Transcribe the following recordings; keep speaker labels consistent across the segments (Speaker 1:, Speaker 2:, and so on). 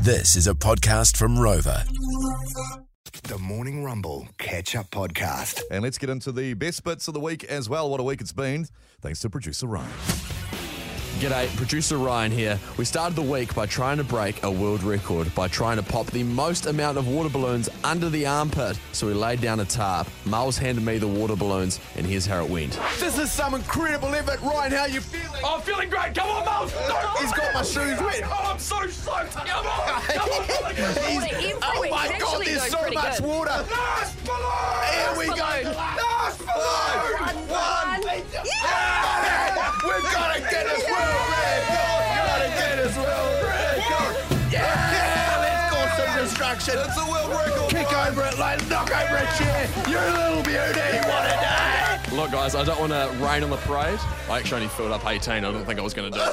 Speaker 1: This is a podcast from Rover.
Speaker 2: The Morning Rumble Catch Up Podcast.
Speaker 3: And let's get into the best bits of the week as well. What a week it's been. Thanks to producer Ryan.
Speaker 4: G'day, producer Ryan here. We started the week by trying to break a world record by trying to pop the most amount of water balloons under the armpit. So we laid down a tarp. Miles handed me the water balloons, and here's how it went.
Speaker 5: This is some incredible effort. Ryan, how you feeling?
Speaker 6: I'm Oh, feeling great. Come on, Miles. No,
Speaker 5: He's got my shoes wet.
Speaker 6: Oh, I'm so soaked. Come on. Come on.
Speaker 5: He's-
Speaker 7: Water influence
Speaker 5: oh my
Speaker 7: actually
Speaker 5: god,
Speaker 7: going
Speaker 5: there's so
Speaker 7: pretty
Speaker 5: much
Speaker 7: good.
Speaker 5: water.
Speaker 6: Last
Speaker 5: Here
Speaker 6: balloon.
Speaker 5: we go.
Speaker 7: balloon.
Speaker 5: Last
Speaker 7: One,
Speaker 5: balloon.
Speaker 7: one.
Speaker 5: Yeah. We've got a Guinness World Record. We've got a Guinness World Record. Yeah, let's cause some destruction. It's a world record. Kick over it, like knock over a chair. You little beauty. What a day.
Speaker 4: Look, guys, I don't want to rain on the parade. I actually only filled up 18. I didn't think I was going to do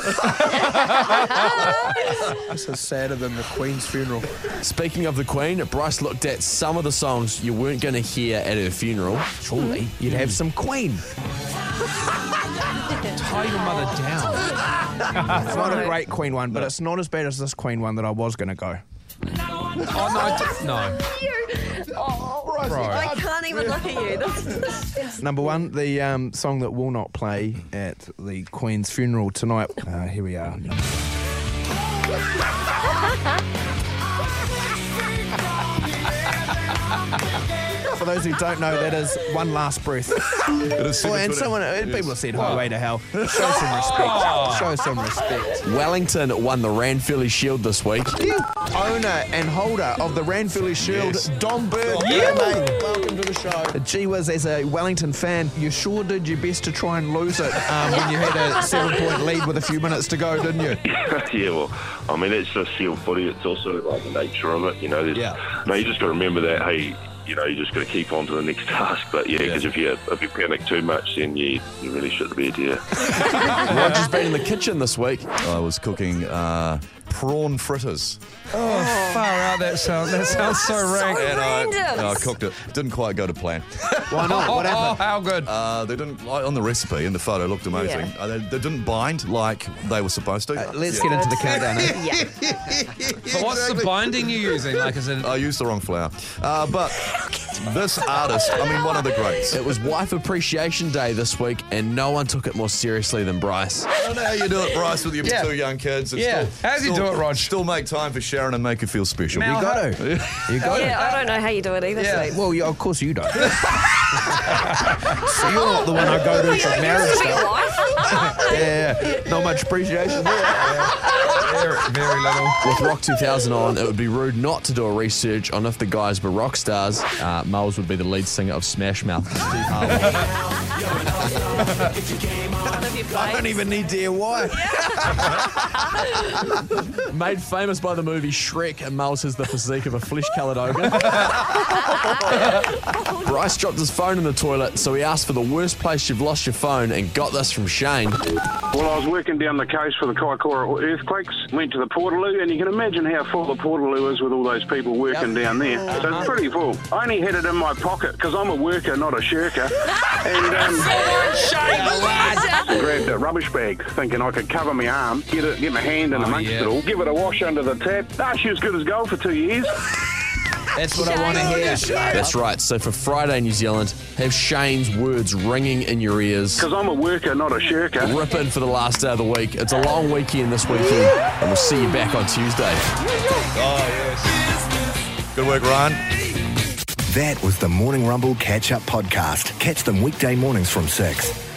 Speaker 4: it.
Speaker 8: This is sadder than the Queen's funeral.
Speaker 4: Speaking of the Queen, Bryce looked at some of the songs you weren't going to hear at her funeral. Surely you'd have some Queen.
Speaker 8: Tie your mother down. it's not a great Queen one, but it's not as bad as this Queen one that I was going to go. Oh, no. No.
Speaker 7: you. Oh, I can't even look at you. This is-
Speaker 8: Number one, the um, song that will not play at the Queen's funeral tonight. Uh, here we are. For those who don't know, that is One Last Breath.
Speaker 3: It is
Speaker 8: Well, and
Speaker 3: 7:20.
Speaker 8: someone, uh, people have said Highway to Hell. Show some respect. Show some respect.
Speaker 4: Wellington won the Ranfurly Shield this week.
Speaker 8: Owner and holder of the Ranfurly Shield,
Speaker 3: Yes.
Speaker 8: Don Bird. Yeah, mate. Welcome to the show. Gee whiz, as a Wellington fan, you sure did your best to try and lose it um, when you had a seven-point lead with a few minutes to go, didn't you?
Speaker 9: yeah, well, I mean, it's a sealed body. It's also like the nature of it, you know. There's,
Speaker 8: Yeah.
Speaker 9: No, you just got to remember that. Hey, you know, you just got to keep on to the next task. But yeah, because if you if you panic too much, then you you really should be here.
Speaker 4: Roger's been in the kitchen this week.
Speaker 3: I was cooking uh, prawn fritters.
Speaker 7: so
Speaker 8: Oh,
Speaker 3: and I,
Speaker 7: random.
Speaker 3: I cooked it. Didn't quite go to plan.
Speaker 8: Why not? What happened?
Speaker 3: Uh, they didn't, like, on the recipe and the photo looked amazing.
Speaker 7: Yeah.
Speaker 3: Uh, they, they didn't bind like they were supposed to.
Speaker 8: Uh, Let's get into the countdown. eh?
Speaker 7: yeah.
Speaker 10: What's the binding you're using? Like, is it?
Speaker 3: I used the wrong flour. Uh, but this artist, I mean, one of the greats.
Speaker 4: It was Wife Appreciation Day this week, and no one took it more seriously than Bryce.
Speaker 3: I don't know how you do it, Bryce, with your
Speaker 8: Yeah.
Speaker 3: two young kids. and
Speaker 10: Yeah.
Speaker 3: still-
Speaker 10: How do you
Speaker 3: still-
Speaker 10: do it, Rog?
Speaker 3: Still make time for Sharon and make her feel special.
Speaker 10: Mal-
Speaker 8: You got to. You got to.
Speaker 7: yeah, I don't know how you do it either.
Speaker 10: Yeah.
Speaker 7: Steve.
Speaker 8: Well, yeah, of course you don't. so you're not the one I go to for marriage
Speaker 7: Is it
Speaker 8: stuff.
Speaker 7: your wife?
Speaker 8: Yeah, yeah, not much appreciation there.
Speaker 10: Very, very little.
Speaker 4: With Rock 2000 on, it would be rude not to do a research on if the guys were rock stars. Uh, Moles would be the lead singer of Smash Mouth.
Speaker 7: One of your
Speaker 8: I don't
Speaker 7: blades.
Speaker 8: even need DIY.
Speaker 4: Made famous by the movie Shrek, and Miles has the physique of a flesh coloured ogre. Bryce dropped his phone in the toilet, so he asked for the worst place you've lost your phone and got this from Shane.
Speaker 9: Well, I was working down the coast for the Kaikoura earthquakes, went to the Portaloo, and you can imagine how full the Portaloo is with all those people working down there. So it's pretty full. I only had it in my pocket because I'm a worker, not a shirker. and um, grabbed a rubbish bag, thinking I could cover my arm, get it, get my hand in amongst
Speaker 10: yeah.
Speaker 9: it all, give it a wash under the tap. Ah, she was good as gold for two years.
Speaker 8: That's what I want to hear.
Speaker 4: That's right, so for Friday New Zealand, have Shane's words ringing in your ears.
Speaker 9: Because I'm a worker, not a shirker.
Speaker 4: Rip in for the last day of the week. It's a long weekend this weekend, and we'll see you back on Tuesday.
Speaker 3: Oh, Good work, Ryan.
Speaker 2: That was the Morning Rumble Catch Up Podcast. Catch them weekday mornings from 6.